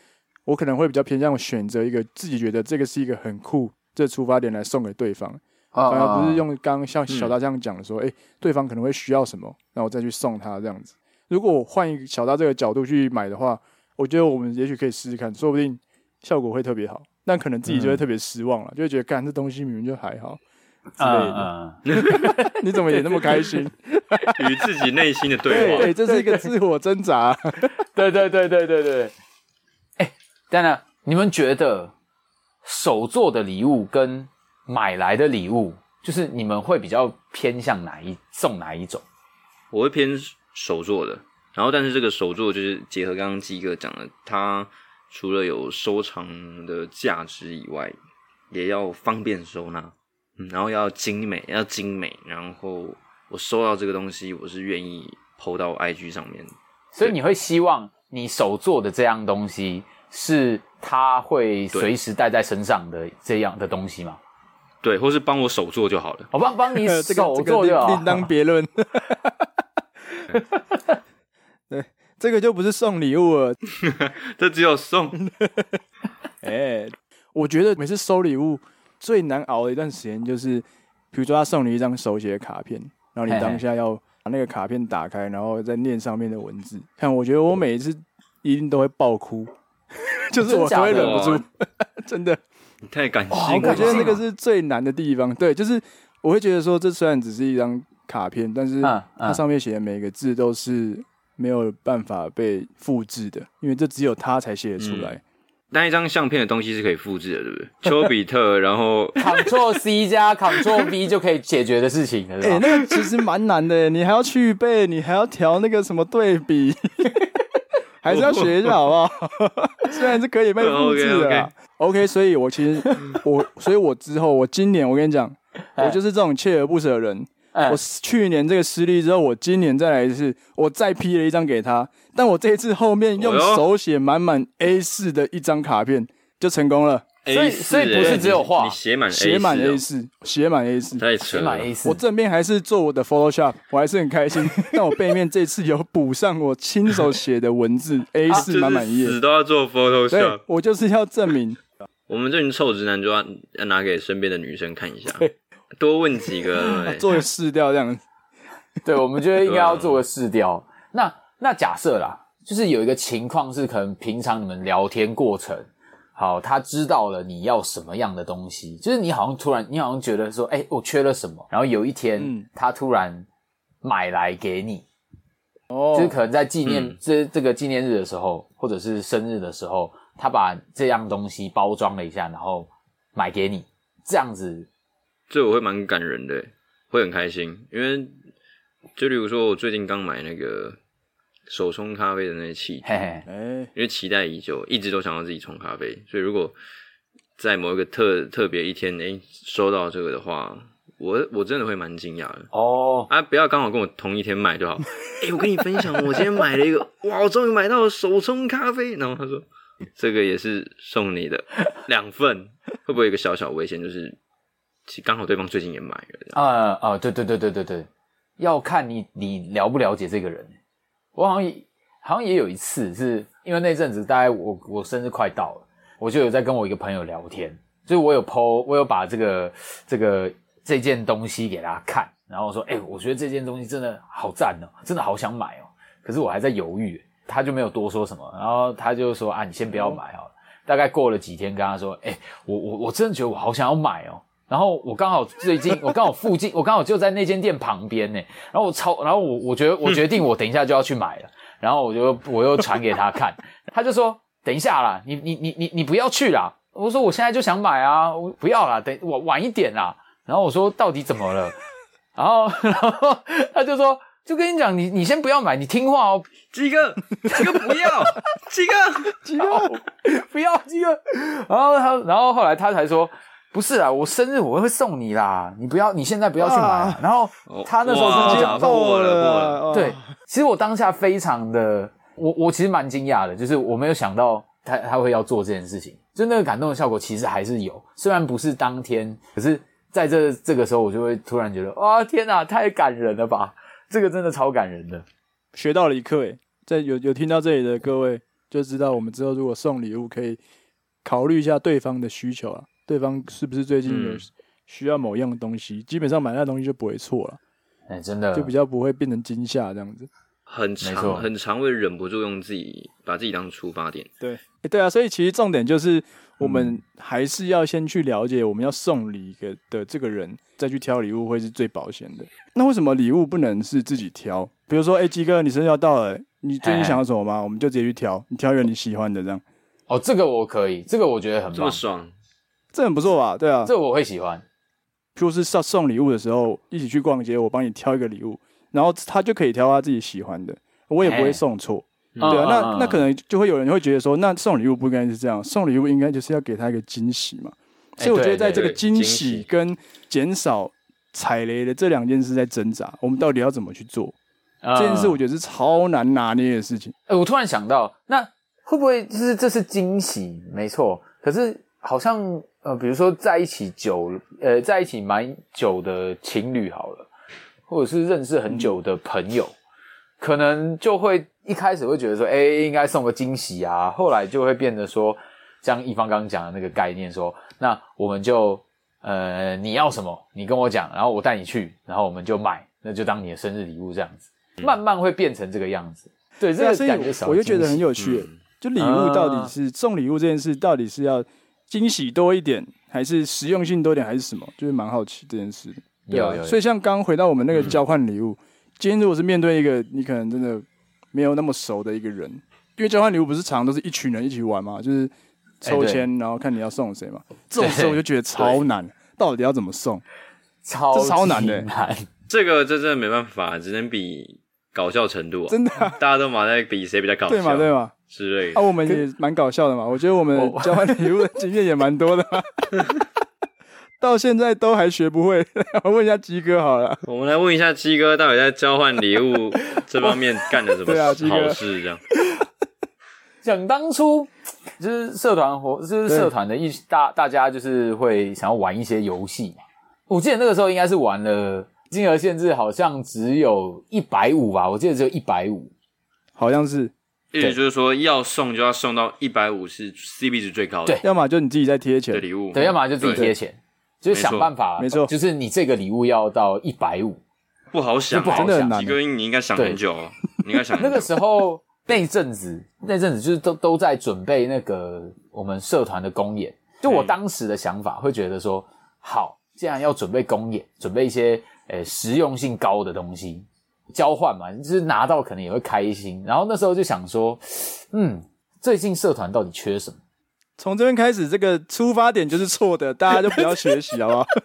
A: 我可能会比较偏向选择一个自己觉得这个是一个很酷这出发点来送给对方，
B: 啊
A: 反而不是用刚刚像
C: 嗯
A: 小大这样讲的说，哎、对方可能会需要什么，那我再去送他这样子。如果我换一个小大这个角度去买的话，我觉得我们也许可以试试看，说不定效果会特别好。但可能自己
B: 嗯
A: 就会特别失望了，就会觉得干这东西明明就还 好。之类的
B: 嗯嗯，
A: 你怎么也那么开 心？
C: 与自己内心的对
A: 对，
C: 话，
A: 这是一个自我挣扎。
B: 对对对对对对。哎，当然，你们觉得手做的礼物跟买来的礼物，就是你们会比较偏向哪一送哪一种？
C: 我会偏手做的。然后，但是这个手做就是结合刚刚鸡哥讲的，它除了有收藏的价值以外，也要方便收纳，嗯，然后要精美，要精美。然后我收到这个东西，我是愿意 PO 到 IG 上面的。
B: 所以你会希望你手做的这样东西是它会随时带在身上的这样的东西吗？
C: 对，或是帮我手做就好了。
B: 我帮帮 你
A: 这个
B: 手
A: 这个
B: 做就好
A: 另。另当 别论。对，这个就不是送礼物了。
C: 这只 有送，
A: 哎、我觉得每次收礼物最难熬的一段时间，就是比如说他送你一张手写的卡片，然后
B: 嘿
A: 你
B: 嘿
A: 当下要把那个卡片打开，然后再念上面的文字。看，我觉得我每一次一定都会爆哭， 就是我都会忍不
C: 真
A: 住， 真的。
C: 你太感
B: 哇好
C: 性了吧。
A: 我
B: 感
A: 觉得
B: 性
A: 那
B: 哦
A: 个是最难的地方。对，就是我会觉得说，这虽然只是一张卡片，但是
B: 嗯
A: 它
B: 嗯
A: 上面写的每个字都是没有办法被复制的，因为这只有他才写得
B: 嗯
A: 出来。
C: 那一张相片的东西是可以复制的，对不对？丘比特，然后
B: Ctrl C 加 Ctrl V 就可以解决的事情了，是
A: 哎、
B: 吧？
A: 那个其实蛮难的， 你还要去背，你还要调那个什么对比， 还是要学一下好不好？ 虽然是可以被复制的啦 OK，所以我其实我，所以我之后，我今年我跟你讲，我就是这种锲而不舍的人。
B: 哎
A: 我去年这个失利之后，我今年再来一次，我再批了一张给他，但我这一次后面用
C: 哎呦
A: 手写满满 A 四的一张卡片就成功了，
B: 所以
C: A
B: 所以不是只有画
C: 你写满 A 哦
A: 写满 A
C: 4
A: 四，写满 A 四。
C: 太扯
B: 先买
C: 了。
B: A
A: 我
B: 四，
A: 正面还是做我的 Photoshop，我还是很开 心。但我背面这次有补上我亲手写的文 字 A
C: 啊就
A: 四
C: 是啊
A: 满满一页
C: 死，都要做
A: 对
C: Photoshop。
A: 我就是要证明
C: 我们这群臭直男就要要拿给身边的女生看一下，多问 几个。 对不对
A: 做试掉这样子。
B: 对，我们觉得应该要做个试调。那那假设啦，就是有一个情况是，可能平常你们聊天过程，好，他知道了你要什么样的东西，就是你好像突然，你好像觉得说，哎、我缺了什么，然后有一天、
A: 嗯
B: 他突然买来给你，
A: 哦
B: 就是可能在纪念、
C: 嗯
B: 这这个纪念日的时候，或者是生日的时候，他把这样东西包装了一下，然后买给你，这样子，
C: 这我会蛮感人的，会很开心，因为就例如说，我最近刚买那个手冲咖啡的那些器具，
B: 嘿嘿，
A: 哎，
C: 因为期待已久，一直都想要自己冲咖啡，所以如果在某一个特特别一天，哎、收到这个的话，我我真的会蛮惊讶的。
B: 哦，
C: 啊，不要刚好跟我同一天 买就好。哎、我跟你分享，我今天买了一个，哇，我终于买到了手冲咖啡。然后他说，这个也是送你的，两份，会不会有一个小小危险，就是其实刚好对方最近也买了，这样
B: 啊啊，对对对对对对，要看你你了不了解这个人。我好像也好像也有一次是，因为那阵子大概我我生日快到了，我就有在跟我一个朋友聊天，所以我有 PO，我有把这个这个这件东西给他看，然后我说，哎、我觉得这件东西真的好赞哦，真的好想买哦，可是我还在犹豫，他就没有多说什么，然后他就说啊，你先不要买好了。大概过了几天，跟他说，哎、我我我真的觉得我好想要买哦。然后我刚好最近，我刚好附近，我刚好就在那间店旁边呢。然后我超，然后我我觉得我决定我等一下就要去买了。然后我就我又传给他看， 他就说等一下啦，你你你你你不要去啦。我说我现在就想买啊，我不要啦，等我晚一点啦。然后我说到底怎么了？然后 然后他就说就跟你讲，你你先不要买，你听话哦，
C: 鸡哥，鸡哥不 要，鸡哥，
B: 不要这
A: 啊
B: 个。 然后他，然后后来他才说，不是啊，我生日我会送你啦，你不要，你现在不要去买、啊
A: 哇。
B: 然后他那时候
C: 哇
A: 直
B: 是这
A: 接
B: 样说，
A: 爆
C: 破啊了破
A: 了
C: 了
A: 啊，哇
B: 对，，其实我当下非常的，我我其实蛮惊讶的，就是我没有想到他他会要做这件事情，就那个感动的效果其实还是有，虽然不是当天，可是在这这个时候，我就会突然觉得，哇，天哪，太感人了吧！这个真的超感人的，
A: 学到了一课。哎，在有有听到这里的各位就知道，我们之后如果送礼物，可以考虑一下对方的需求啊，对方是不是最近有
C: 嗯
A: 需要某样东西，基本上买那东西就不会错了。
C: 嗯
B: 哎、真的
A: 就比较不会变成惊吓这样子。
C: 很
B: 没错
C: 常很常会忍不住用自己把自己当出发点。
A: 对、诶对啊，所以其实重点就是我们还是要先去了解我们要送礼给的这个人，再去挑礼物会是最保险的。那为什么礼物不能是自己挑？比如说，哎、鸡哥，你生日要到了，你最近想要什么吗？我们就直接去挑，你挑一个你喜欢的，这样
B: 哦，这个我可以，这个我觉得很
C: 这
B: 棒
C: 么，爽，
A: 这很不错吧？对啊，
B: 这个我会喜欢。
A: 就是送送礼物的时候一起去逛街，我帮你挑一个礼物，然后他就可以挑他自己喜欢的，我也不会
B: 哎
A: 送错。
C: 嗯
A: 对啊，
B: 嗯
A: 那
B: 嗯
A: 那可能就会有人会觉得说，那送礼物不应该是这样，送礼物应该就是要给他一个惊喜嘛。
B: 哎
A: 所以我觉得
B: 对
A: 在这个
C: 对
A: 惊
C: 惊
A: 喜
C: 喜
A: 跟减少踩雷的这两件事在挣扎，我们到底要怎么去做？
B: 这
A: 这件事我觉得是超难拿捏的事情。
B: 啊哎、我突然想到，那会不会就是这是惊喜？没错，可是好像呃，比如说在一起久，呃，在一起蛮久的情侣好了，或者是认识很
A: 嗯
B: 久的朋友，可能就会一开始会觉得说，哎、应该送个惊喜啊，后来就会变得说，像一方刚刚讲的那个概念说那我们就呃，你要什么，你跟我讲，然后我带你去，然后我们就买，那就当你的生日礼物这样子。慢慢会变成这个样子，对，这
A: 嗯对啊，
B: 个
A: 所以
B: 感觉少
A: 我就觉得很
B: 惊喜
A: 有趣。
C: 嗯
A: 就礼物到底是送礼物这件事，到底是要惊喜多一点，还是实用性多一点，还是什么？就是蛮好奇这件事。对啊
B: 有有有嗯
A: 所以像刚回到我们那个交换礼物，今天如果是面对一个你可能真的没有那么熟的一个人，因为交换礼物不是常都是一群人一起玩嘛，就是抽
B: 哎对
A: 签、然后看你要送 谁嘛。这种
B: 对
A: 时候我就觉得超难，到底要怎么送？
B: 哦超
A: 这超难的
B: 级难
C: 这个这真的没办法，只能比搞笑程度、啊，
A: 真的啊、
C: 大家都马在比谁比较搞笑，
A: 对嘛对嘛。
C: 之类
A: 啊，
C: 的。
A: 我们也蛮搞笑的嘛。我觉得我们 交换礼物的经验也蛮多的 嘛，到现在都还学不会。 我问一下鸡哥好了，
C: 我们来问一下鸡哥，到底在交换礼 物这方面干了什
A: 对啊鸡
C: 么
A: 哥
C: 好事？这样，
B: 想当初就是社团活，就是社团的一大大家就是会想要玩一些游戏嘛。我记得那个时候应该是玩了，金额限制好像只有一百五吧，我记得只有一百五。
A: 好像是，
C: 意思就是说，要送就要送到一百五是 CP 值最高的
B: 对
A: 要么就你自己在贴钱
C: 的，礼物，
B: 对，要么就自己贴
C: 对，
B: 钱，就是想办法，
A: 嗯没错
B: 就是你这个礼物要到一百五。
C: 不好想，
B: 不好
A: 真的很
B: 想
A: 难
C: 鸡。哥，你应该想很久哦，你应该想很
B: 那
C: 久
B: 个时候那一阵子，那一阵子就是都都在准备那个我们社团的公演。就我当时的想法，会觉得说，好，既然要准备公演，准备一些呃实用性高的东西，交换嘛，就是拿到可能也会开心。然后那时候就想说，嗯，最近社团到底缺什么？
A: 从这边开始，这个出发点就是错的，大家就不要学习，好不好？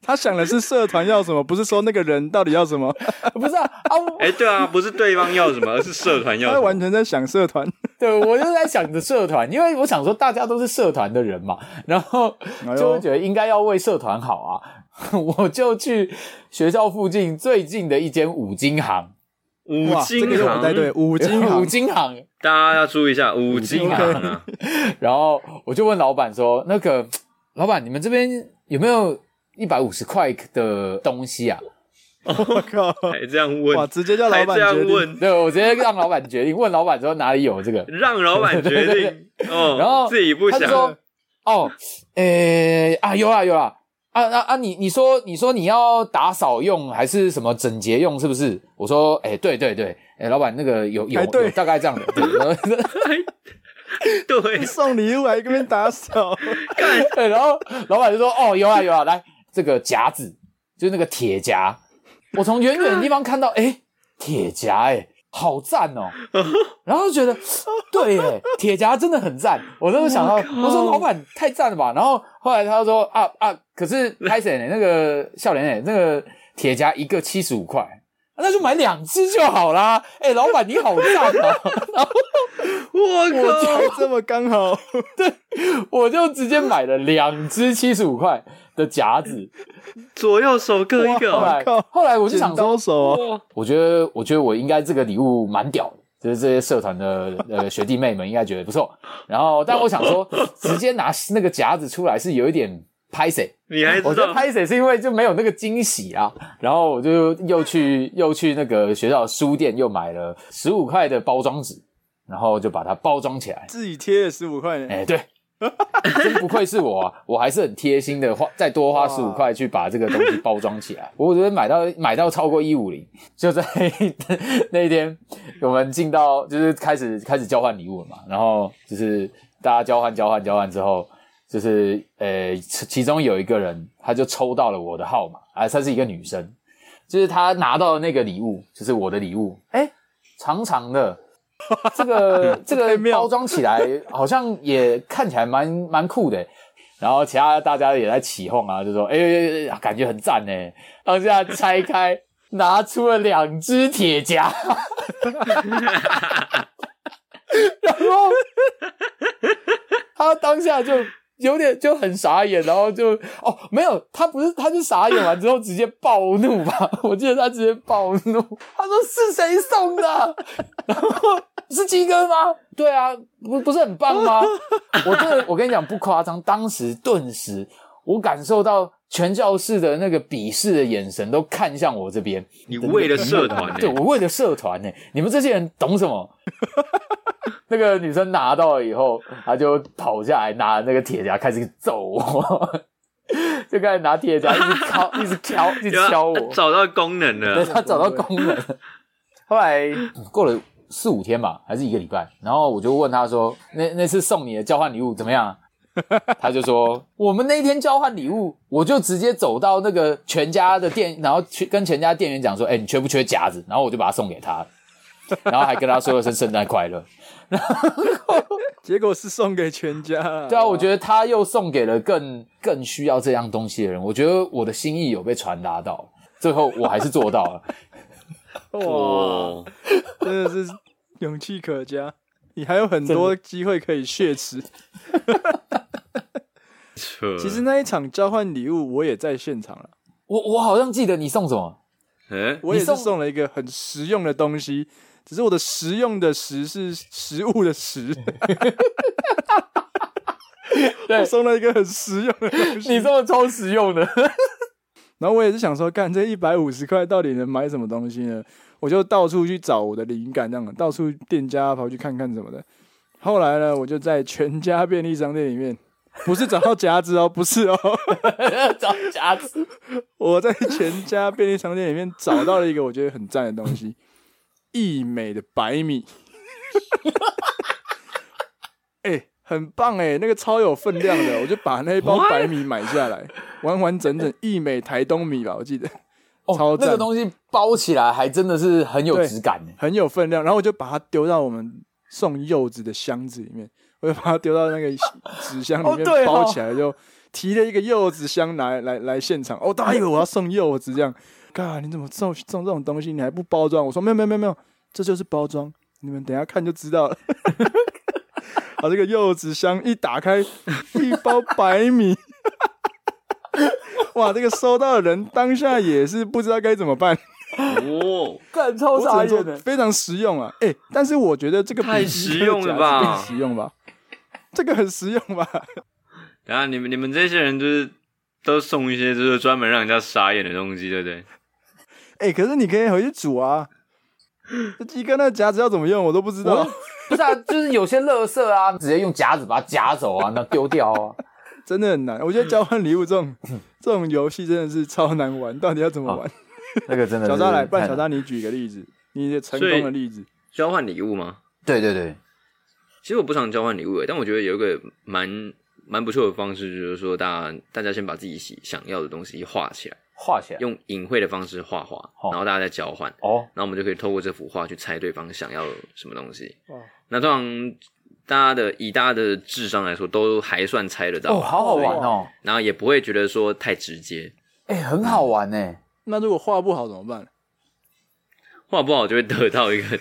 A: 他想的是社团要什么，不是说那个人到底要什么，
B: 不是啊，啊，我
C: 哎、对啊，不是对方要什么，而是社团要
A: 他
C: 什么。
A: 完全在想社团。
B: 对我就在想着社团，因为我想说大家都是社团的人嘛，然后
A: 哎呦
B: 就会觉得应该要为社团好啊。 我就去学校附近最近的一间五金行，
C: 五
A: 哇，这
C: 金
A: 个是我带队，
C: 行，
A: 五金
B: 五
A: 行，
B: 金行。
C: 大家要注意一下五金行啊，
B: 然后我就问老板说：“那个老板，你们这边有没有一百五十块的东西啊
A: 我靠，
C: 还这样
A: 哇，
C: 问，
A: 直接叫老
C: 还
A: 板
C: 这
A: 决
C: 样
A: 定，
C: 问？”，
B: 对，我直接让老板决定，问老板说哪里有这个。
C: 让老板决定 哦，
B: 然后
C: 自己不
B: 他就
C: 想
B: 说，哦，诶、啊，有啦有啦，啊啊啊，你你说你说你要打扫用还是什么整洁用，是不是？我说，诶、对对对，诶、老板那个有有
A: 哎对
B: 有大概这样的，对 然后
C: 对，
A: 送礼物还一边打扫，
B: 对，然后老板就说，哦，有啦有啦，来这个夹子，就是那个铁夹，我从远远的地方看到，诶、铁夹、诶。好赞哦！然后就觉得，对耶，铁夹真的很赞。我那时候想到，我说老板太赞了吧。然后后来他就说啊啊，可是拍谁呢？那个笑脸呢？那个铁夹一个七十五块，啊那就买两只就好啦。哎、老板你好赞啊！
C: 我靠，
A: 还这么刚好，
B: 我就直接买了两只七十五块的夹子。
C: 左右手各一个
B: 后
C: 哦，
B: 来
A: 靠
B: 后来我就想
A: 剪
B: 说，
A: 刀手哦。
C: 哇，
B: 我觉得，我觉得我应该这个礼物蛮屌的，就是这些社团的呃 学弟妹们应该觉得不错。然后，但我想 说，直接拿那个夹子出来是有一点拍谁，
C: 你还
B: 我觉
C: 知
B: 得
C: 道？
B: 拍谁是因为就没有那个惊喜啊。然后我就又去又去那个学校的书店又买了十五块的包装纸，然后就把它包装起来。
A: 自己贴了十五块呢，
B: 哎，对， 真不愧是我、啊，我还是很贴心的花，再多花十五块去把这个东西包装起来。我昨天买到买到超过一五零，就在那一天，我们进到就是开始开始交换礼物了嘛，然后就是大家交换交换交换之后，就是呃，其其中有一个人他就抽到了我的号码，啊，她是一个女生，就是她拿到的那个礼物，就是我的礼物，哎，长 长的。这个这
A: 太
B: 个
A: 妙
B: 包装起来好像也看起来蛮蛮酷的，然后其他大家也在起哄啊，就说哎、感觉很赞呢。当下拆开，拿出了两只 铁夹，然后 他当下就有点就很傻眼，然后就哦没有，他不是他就傻眼完之后直接暴怒吧， 我记得他直接暴怒，他说是谁送的 啊？然后是鸡哥吗？对啊，不不是很棒吗？ 我真的我跟你讲不夸张，当时顿时我感受到全教室的那个鄙视的眼神都看向我这边，
C: 你为了社团、
B: 啊对
C: 欸，
B: 我为了社团 呢、你们这些人懂什么？ 那个女生拿到了以后，她就跑下来拿那个铁夹开始揍我， 就开始拿铁夹一直敲，一直敲，一直
C: 有 啊
B: 敲我
C: 他。找到功能
B: 对
C: 了，
B: 他找到功能。后来嗯过了四五天吧，还是一个礼拜，然后我就问他说：“那那次送你的交换礼物怎么样 啊？”他就说：“我们那天交换礼物，我就直接走到那个全家的店，然后去跟全家店员讲说：‘哎、你缺不缺夹子？’然后我就把它送给他，然后还跟他说了声圣诞快 乐。
A: 结果是送给全家了。
B: 对啊，我觉得他又送给了更更需要这样东西的人，我觉得我的心意有被传达到，最后我还是做到了。”
A: 得哇，
C: 哦，
A: 真的是勇气可嘉。你还有很多机会可以血池。
C: 扯，
A: 其实那一场交换礼物，我也在现场了，
B: 我我好像记得你送什么。
C: 哎，
A: 我也是
B: 送
A: 送了一个很实用的东西，只是我的实用的实是食物的 食。
B: 对
A: 我送了一个很实用的东西，
B: 你这么超实用的，
A: 然后我也是想说，干这一百五十块到底能买什么东西呢？我就到处去找我的灵感，这样到处店家跑去看看什么的。后来呢，我就在全家便利商店里面，不是找到夹子哦，不是哦，
B: 找夹子，
A: 我在全家便利商店里面找到了一个我觉得很赞的东西——益美的白米。哎、很棒哎、那个超有分量的，我就把那一包
C: What？
A: 白米买下来，完完整整益美台东米吧，我记得。超
B: 哦，
A: 赞
B: 那个东西包起来还真的是很有质感呢。
A: 很有分量，然后我就把它丢到我们送柚子的箱子里面，我就把它丢到那个纸箱里
B: 哦对
A: 面
B: 哦
A: 包起来，就提了一个柚子箱来 来来现场。哦，大家以为我要送柚子这样，嘎，你怎么送送这种东西？你还不包装？我说没有没有没有没有，这就是包装，你们等一下看就知道了。 把这个柚子箱一打开，一包白米。 哇，这个收到的人当下也是不知道该怎么办，
C: 哦，
B: 干超
A: 我只能说非常实用啊！哎、但是我觉得这个比
C: 太实用了吧
A: 这个夹子更实用吧？这个很实用吧？
C: 然后你们你们这些人就是都送一些就是专门让人家傻眼的东西，对不对？
A: 哎、可是你可以回去煮啊。这鸡哥那夹子要怎么用，我都不知道
B: 我。不是啊，就是有些垃圾啊，直接用夹子把它夹走 啊，那丢掉啊。
A: 真的很难。我觉
C: 嗯
A: 得交换礼物这种这种游戏真的是超难玩，到底要怎么玩？
B: 那个真的是
A: 小扎来，不然
B: 太
A: 小
B: 难
A: 扎你举个例子，你的成功的例子。
C: 交换礼物吗？
B: 对对对，
C: 其实我不常交换礼物欸，但我觉得有一个蛮蛮不错的方式，就是说大家大家先把自己喜想要的东西画起来，
B: 画起来
C: 用隐晦的方式画画，
B: 好
C: 然后大家再交换，
B: 哦，
C: 然后我们就可以透过这幅画去猜对方想要什么东西。
A: 哇，
C: 那通常大家的以大家的智商来说，都还算猜得到，
B: 哦，好好玩哦，
C: 然后也不会觉得说太直接，
B: 哎，很好玩哎呢。
A: 那如果画不好怎么办？
C: 画不好就会得到 一个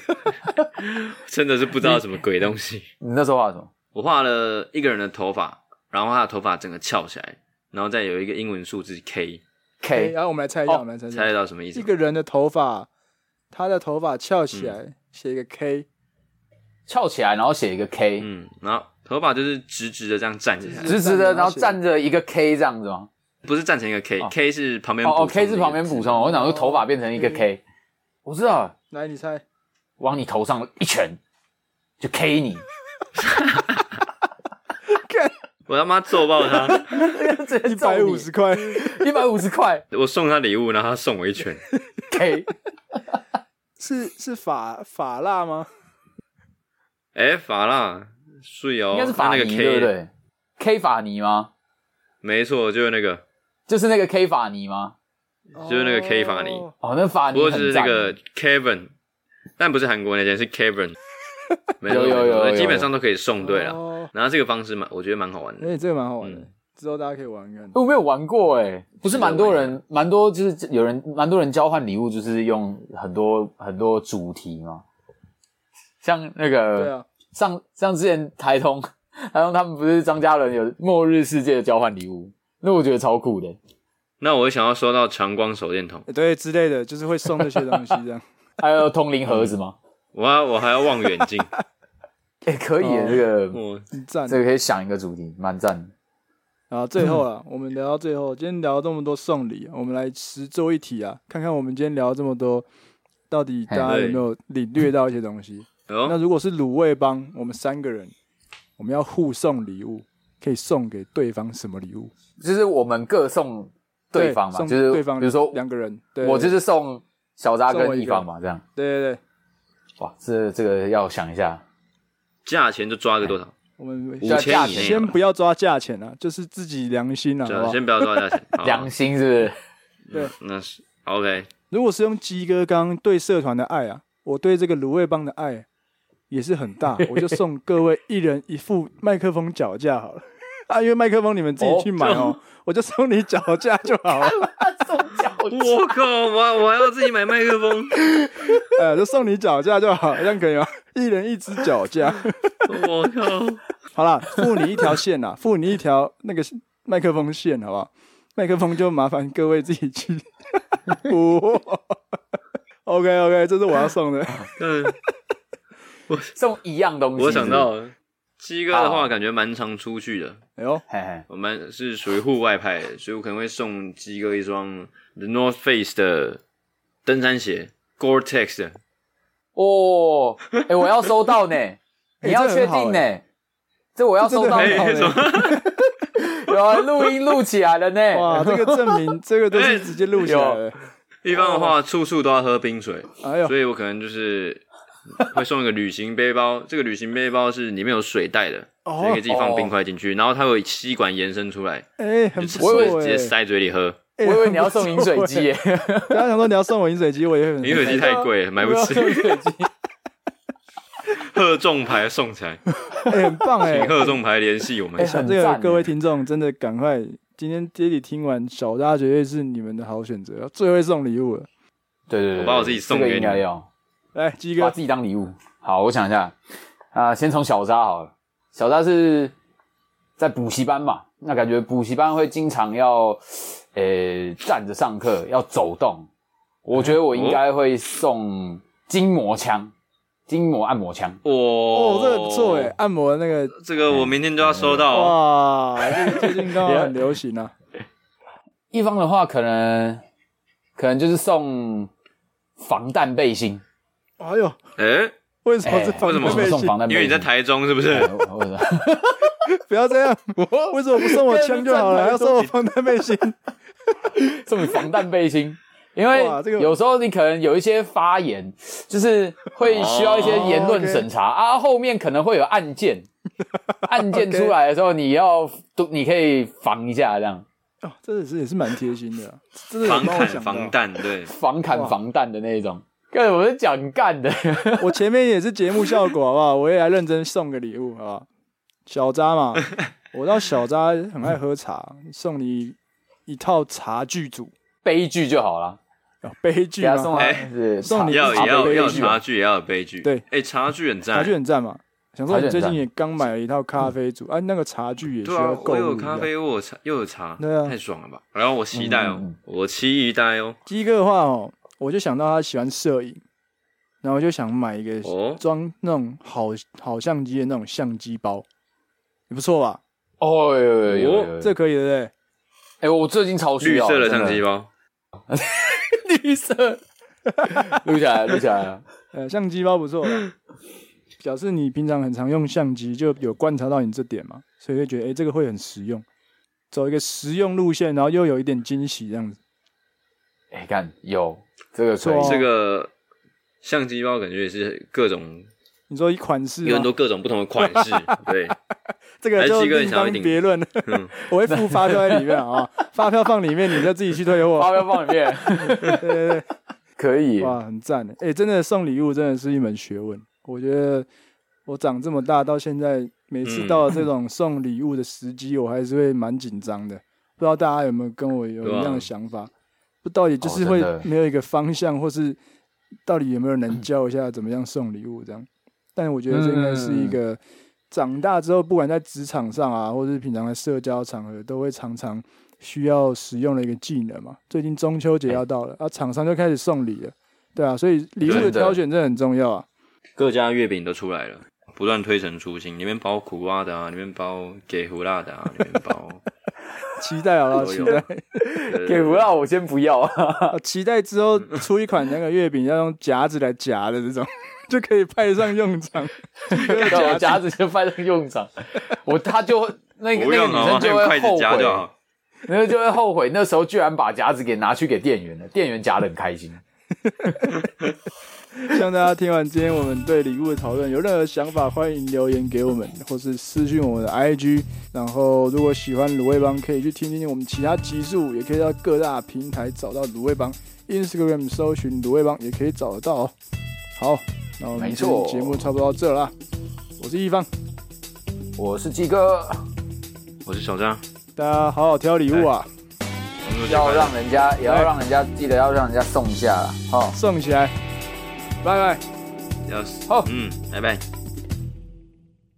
C: 真的是不知道什么鬼东西。
B: 你那时候画什么？
C: 我画了一个人的头发，然后他的头发整个翘起来，然后再有一个英文数字
A: 哎
C: K，
B: K
A: 然后我们来猜一下，
B: 哦
A: 我们来猜一
C: 猜
A: 下
C: 得，到什么意思
A: 一
C: 吗？
A: 个人的头发，他的头发翘起
C: 嗯
A: 来，写一个 K，
B: 翘起来，然后写一个 K，
C: 嗯，然后头发就是直直的这样站起来，
B: 直直的，然后
A: 写
B: 站着一个 K 这样子吗？
C: 不是站成一个 K，K、
B: 哦
C: 是旁边
B: 哦哦
C: 补充的
B: ，K
C: 一个
B: 是旁边补充，我想说头发变成一个 K，我知道了。
A: 来你猜。
B: 往你头上一拳，就 K 你。
A: 看，
C: 我他妈揍爆他！
A: 一百五十块，
B: 一百五十块
C: 我送他礼物，然后他送我一拳。
B: K，
A: 是是法法蜡吗？
C: 哎、法拉，睡哦，
B: 应该是
C: 他
B: 法
C: 那个
B: 尼
C: K，
B: 对不对？K 法尼吗？
C: 没错，就是那个，
B: 就是那个 K 法尼吗？
C: 就是那个 K 法尼
A: 哦
B: 哦，那法
C: 不
B: 尼
C: 过
B: 很
C: 就是那
B: 赞
C: 个 Kevin，但不是韩国那间，是 Kevin。没错
B: 有有有
C: 没错
B: 有
C: 基本上都可以送对了。
A: 哦
C: 然后这个方式蛮，我觉得蛮好玩
A: 哎、
C: 的。
A: 这个蛮好玩的，
C: 嗯
A: 之后大家可以玩看。
B: 我没有玩过哎、不是
C: 值得
B: 蛮多
C: 玩
B: 人，蛮多就是有人，蛮多人交换礼物，就是用很多很多主题嘛，像那
A: 对
B: 个、
A: 啊，
B: 上像之前台通 台通他们不是张嘉伦有末日世界的交换礼物，那我觉得超酷的、
C: 那我想要收到强光手电筒，
A: 哎对之类的，就是会送这些东西这样。
B: 还有通灵盒子吗？
C: 我要我还要望远 镜，嗯
B: 哎、可以、欸
A: 哦
B: 这个
C: 我
A: 赞
B: 这个可以想一个主题，蛮赞的。
A: 啊！最 后啊，我们聊到最后，今天聊了这么多送礼，啊我们来实做一题啊，看看我们今天聊了这么多，到底大家
C: 嘿
A: 有没有领略到一些东西？那
C: 哦，
A: 如果是卤味帮，我们三个人，我们要互送礼物，可以送给对方什么礼物？
B: 就是我们各送对方嘛，
A: 送
B: 就是
A: 对方，
B: 比如说
A: 两个人，对，
B: 我就是送小扎
A: 送我
B: 跟
A: 一
B: 一
A: 个
B: 方嘛，这样
A: 对对对，
B: 哇，这这个要想一下。
C: 价钱就抓个多少？
A: 我们
C: 五
B: 对价
C: 千
B: 钱
C: 以内好
A: 先
C: 了，
A: 不要抓价钱啊，就是自己良心啊，好
C: 对
A: 不好？
C: 先不要 抓价钱。好
B: 良心是不是？
C: 那是 OK，
A: 如果是用鸡哥刚刚对社团的爱啊，我对这个卤味帮的爱也是很大，我 就送各位一人一副麦克风脚架好了。啊，因为麦克风你们自己去买哦，我就送你脚架就好了，
C: 哦
B: 送脚
C: 我靠，我我还要自己买麦克风，
A: 呃，就送你脚架就好，这样可以吗？一人一只脚架，
C: 我靠，
A: 好啦，付你一条线啦， 付你一条那个麦克风线，好不好？麦克风就麻烦各位自己去补。OK OK，这是我要 送的。
C: 嗯，
B: 送一样东西。
C: 我想到
B: 了，
C: 了鸡哥的话，
B: 好
C: 感觉蛮常出去的。
A: 哎呦，
B: 嘿嘿，
C: 我们是属于户外派的，所以我可能会送鸡哥一双 The North Face 的登山鞋，Gore-Tex 的。
B: 哦，哎，我要收 到呢，
A: 哎
B: 你要确定呢，这我要收到
C: 哎
A: 这真的
B: 呢，
A: 很哦好 呢
B: 有啊，录音录起来了
A: 哇，
B: 呢。
A: 这个证 明，这个都是直接录起来的。
C: 一般的话，处处都要喝冰水，
A: 哎呦
C: 所，以我可能就是会送一个旅行背包。这个旅行背包是里面有水袋的，
A: 哦
C: 所以可以自己放冰块进去，然后它有吸管延伸出来，
A: 哎，很
C: 就
A: 不
C: 直
A: 错
C: 接
A: 哎
C: 直。接塞嘴里喝。
A: 哎
B: 我以为你要送饮水机。 耶，
A: 很不错哎刚刚想说你要送我饮水机，我也很
C: 饮水机太贵了，买不起
B: 我以，为要送饮水机。
C: 贺中牌送起来，
A: 哎，很棒 哎
C: 请。贺中牌联系我
B: 哎，
C: 们。
A: 这
B: 很赞
A: 个
B: 耶。
A: 各位听众真的赶快，今天接里听完，小大绝对是你们的好选择，最会送礼物了。
B: 对，对对对，
C: 我把我自己送给
B: 这
C: 你
B: 个应该要。
A: 来，鸡
B: 把
A: 哥，
B: 自己当礼物。好，我想一下，啊、先从小扎好了。小扎是在补习班嘛，那感觉补习班会经常要，呃、站着上课，要走动。我觉得我应该会送筋膜枪，筋膜按摩枪。
C: 哇，
A: 哦
C: 哦，
A: 这个不错哎，，按摩的那个
C: 这个我明天就要收到哦。
A: 哇，这个最近刚好很流行啊。
B: 一方的话，可能可能就是送防弹背心。
A: 哎呦，
C: 哎，
A: 为什么哦是
B: 哎
A: 防
C: 为什么
A: 弹背
B: 为什么送
A: 心？
B: 防弹背心？
C: 因为你在台中是不是？
B: 哎。 我我
A: 不要这样，为什么不送我枪就好了，还要送我防弹背心？
B: 送你防弹背心，因为
A: 哇这个
B: 有时候你可能有一些发言，就是会需要一些言论审查、
A: 哦
B: 啊，后面可能会有案 件，案件出来的时候你要都你可以防一下，这样
A: 哦，这也是也是蛮贴心的啊，真的有
C: 防
A: 帮我
C: 砍
A: 想到
C: 防弹，对，
B: 防砍
A: 哇
B: 防弹的那一种。干，我是讲干的，
A: 我前面也是节目效果，好不好？我也来认真送个礼物，好不好？小扎 嘛，我知道小扎很爱喝茶，送你一套茶具组，
B: 悲剧就好了，
A: 啊悲剧
B: 给他送
A: 嘛，
B: 来
C: 哎
B: 是
A: 送 你
B: 茶
A: 要
C: 要
A: 茶
C: 也
A: 杯啊
C: 要
B: 杯
C: 要
B: 具
C: 茶
B: 吧
C: 具，也要有杯具。
A: 对
C: 哎，茶具很
A: 茶
C: 赞
A: 具。很赞嘛。想说你最
B: 茶具很
A: 近
B: 赞
A: 也刚买了一套咖啡组，啊，那个茶具也需
C: 对
A: 要
C: 啊，
A: 购
C: 我有
A: 物一
C: 咖
A: 样。
C: 啡，我有茶，又有茶，
A: 对啊
C: 太爽了吧！然后我期待哦
B: 嗯嗯，
C: 我期待哦。
A: 鸡哥的话哦，我就想到他喜欢摄影，然后我就想买一个
C: 哦
A: 装那种好好相机的那种相机包，也不错吧？
B: 哦，有有有有有，
A: 这可以对不对？
B: 哎，我最近超需
C: 绿
B: 要
C: 色的相机
B: 吧，
C: 包，
A: 哦
B: 绿色，录起来了录起来了，
A: 呃，相机包不错啦，表示你平常很常用相机，就有观察到你这点嘛，所以会觉得哎、诶这个会很实用，走一个实用路线，然后又有一点惊喜这样子。
B: 哎、看有这个可以
A: 错哦
C: 这个相机包感觉也是各种
A: 你说一款式吗
C: 有很多哎各种不同的款 式，对，
A: 这个
C: 还是
A: 就
C: 一个人
A: 另
C: 想要
A: 当
C: 一
A: 别论了，
C: 嗯，
A: 我会付发票在里面啊，发票放里面，你再自己去退货。
B: 发票放里面，
A: 对对对，
B: 可以。
A: 哇，很赞哎、欸真的送礼物真的是一门学问。我觉得我长这么大到现在，每次
C: 嗯
A: 到这种送礼物的时机，我还是会蛮紧张的。不知道大家有没有跟我有
C: 对啊
A: 一样的想法？不，到底就
B: 哦
A: 是
B: 真
A: 会
B: 的
A: 没有一个方向，或是到底有没有人教一下怎么样送礼物这样？但我觉得这应该是一个长大之后，不管在职场上啊，或者是平常的社交场合，都会常常需要使用的一个技能嘛。最近中秋节要到了，啊，厂商就开始送礼了，对啊，所以礼物
B: 真
A: 的
B: 的
A: 挑选真的很重要啊。
C: 各家月饼都出来了，不断推陈出新，里面包苦瓜的啊，里面包给胡辣的啊，里 面包
A: 期待好了，
C: 都
A: 期
C: 有
A: 待、
B: 给不到我先不要 啊！
A: 啊期待之后出一款那个月饼要用夹子来夹的这种， 就可以派上用场。
B: 我夹子就派上用 场，我他就会那个
C: 不
B: 那个
C: 用
B: 女
C: 啊，
B: 生就
C: 用筷
B: 会
C: 子
B: 后
C: 夹就
B: 悔，
C: 好。
B: 那个就会后悔，那时候居然把夹子给拿去给店员了，店员夹的很开心。
A: 希望大家听完今天我们对礼物的讨论，有任何想法，欢迎留言给我们，或是私讯我们的 IG。然后，如果喜欢卤味帮，可以去听听我们其他集数，也可以到各大平台找到卤味帮，Instagram 搜寻卤味帮也可以找得到、哦。好，那我们今
B: 没错
A: 天节目差不多到这了啦，我是易方，
B: 我是鸡哥，
C: 我是小张，
A: 大家好好挑礼物啊，
C: 中秋节
B: 要
C: 快乐
B: 让人家也
C: 哎
B: 要让人家记得要让人家送一下啦，哦。
A: 送起来，拜拜。
C: 要
B: 好
C: 嗯，拜拜。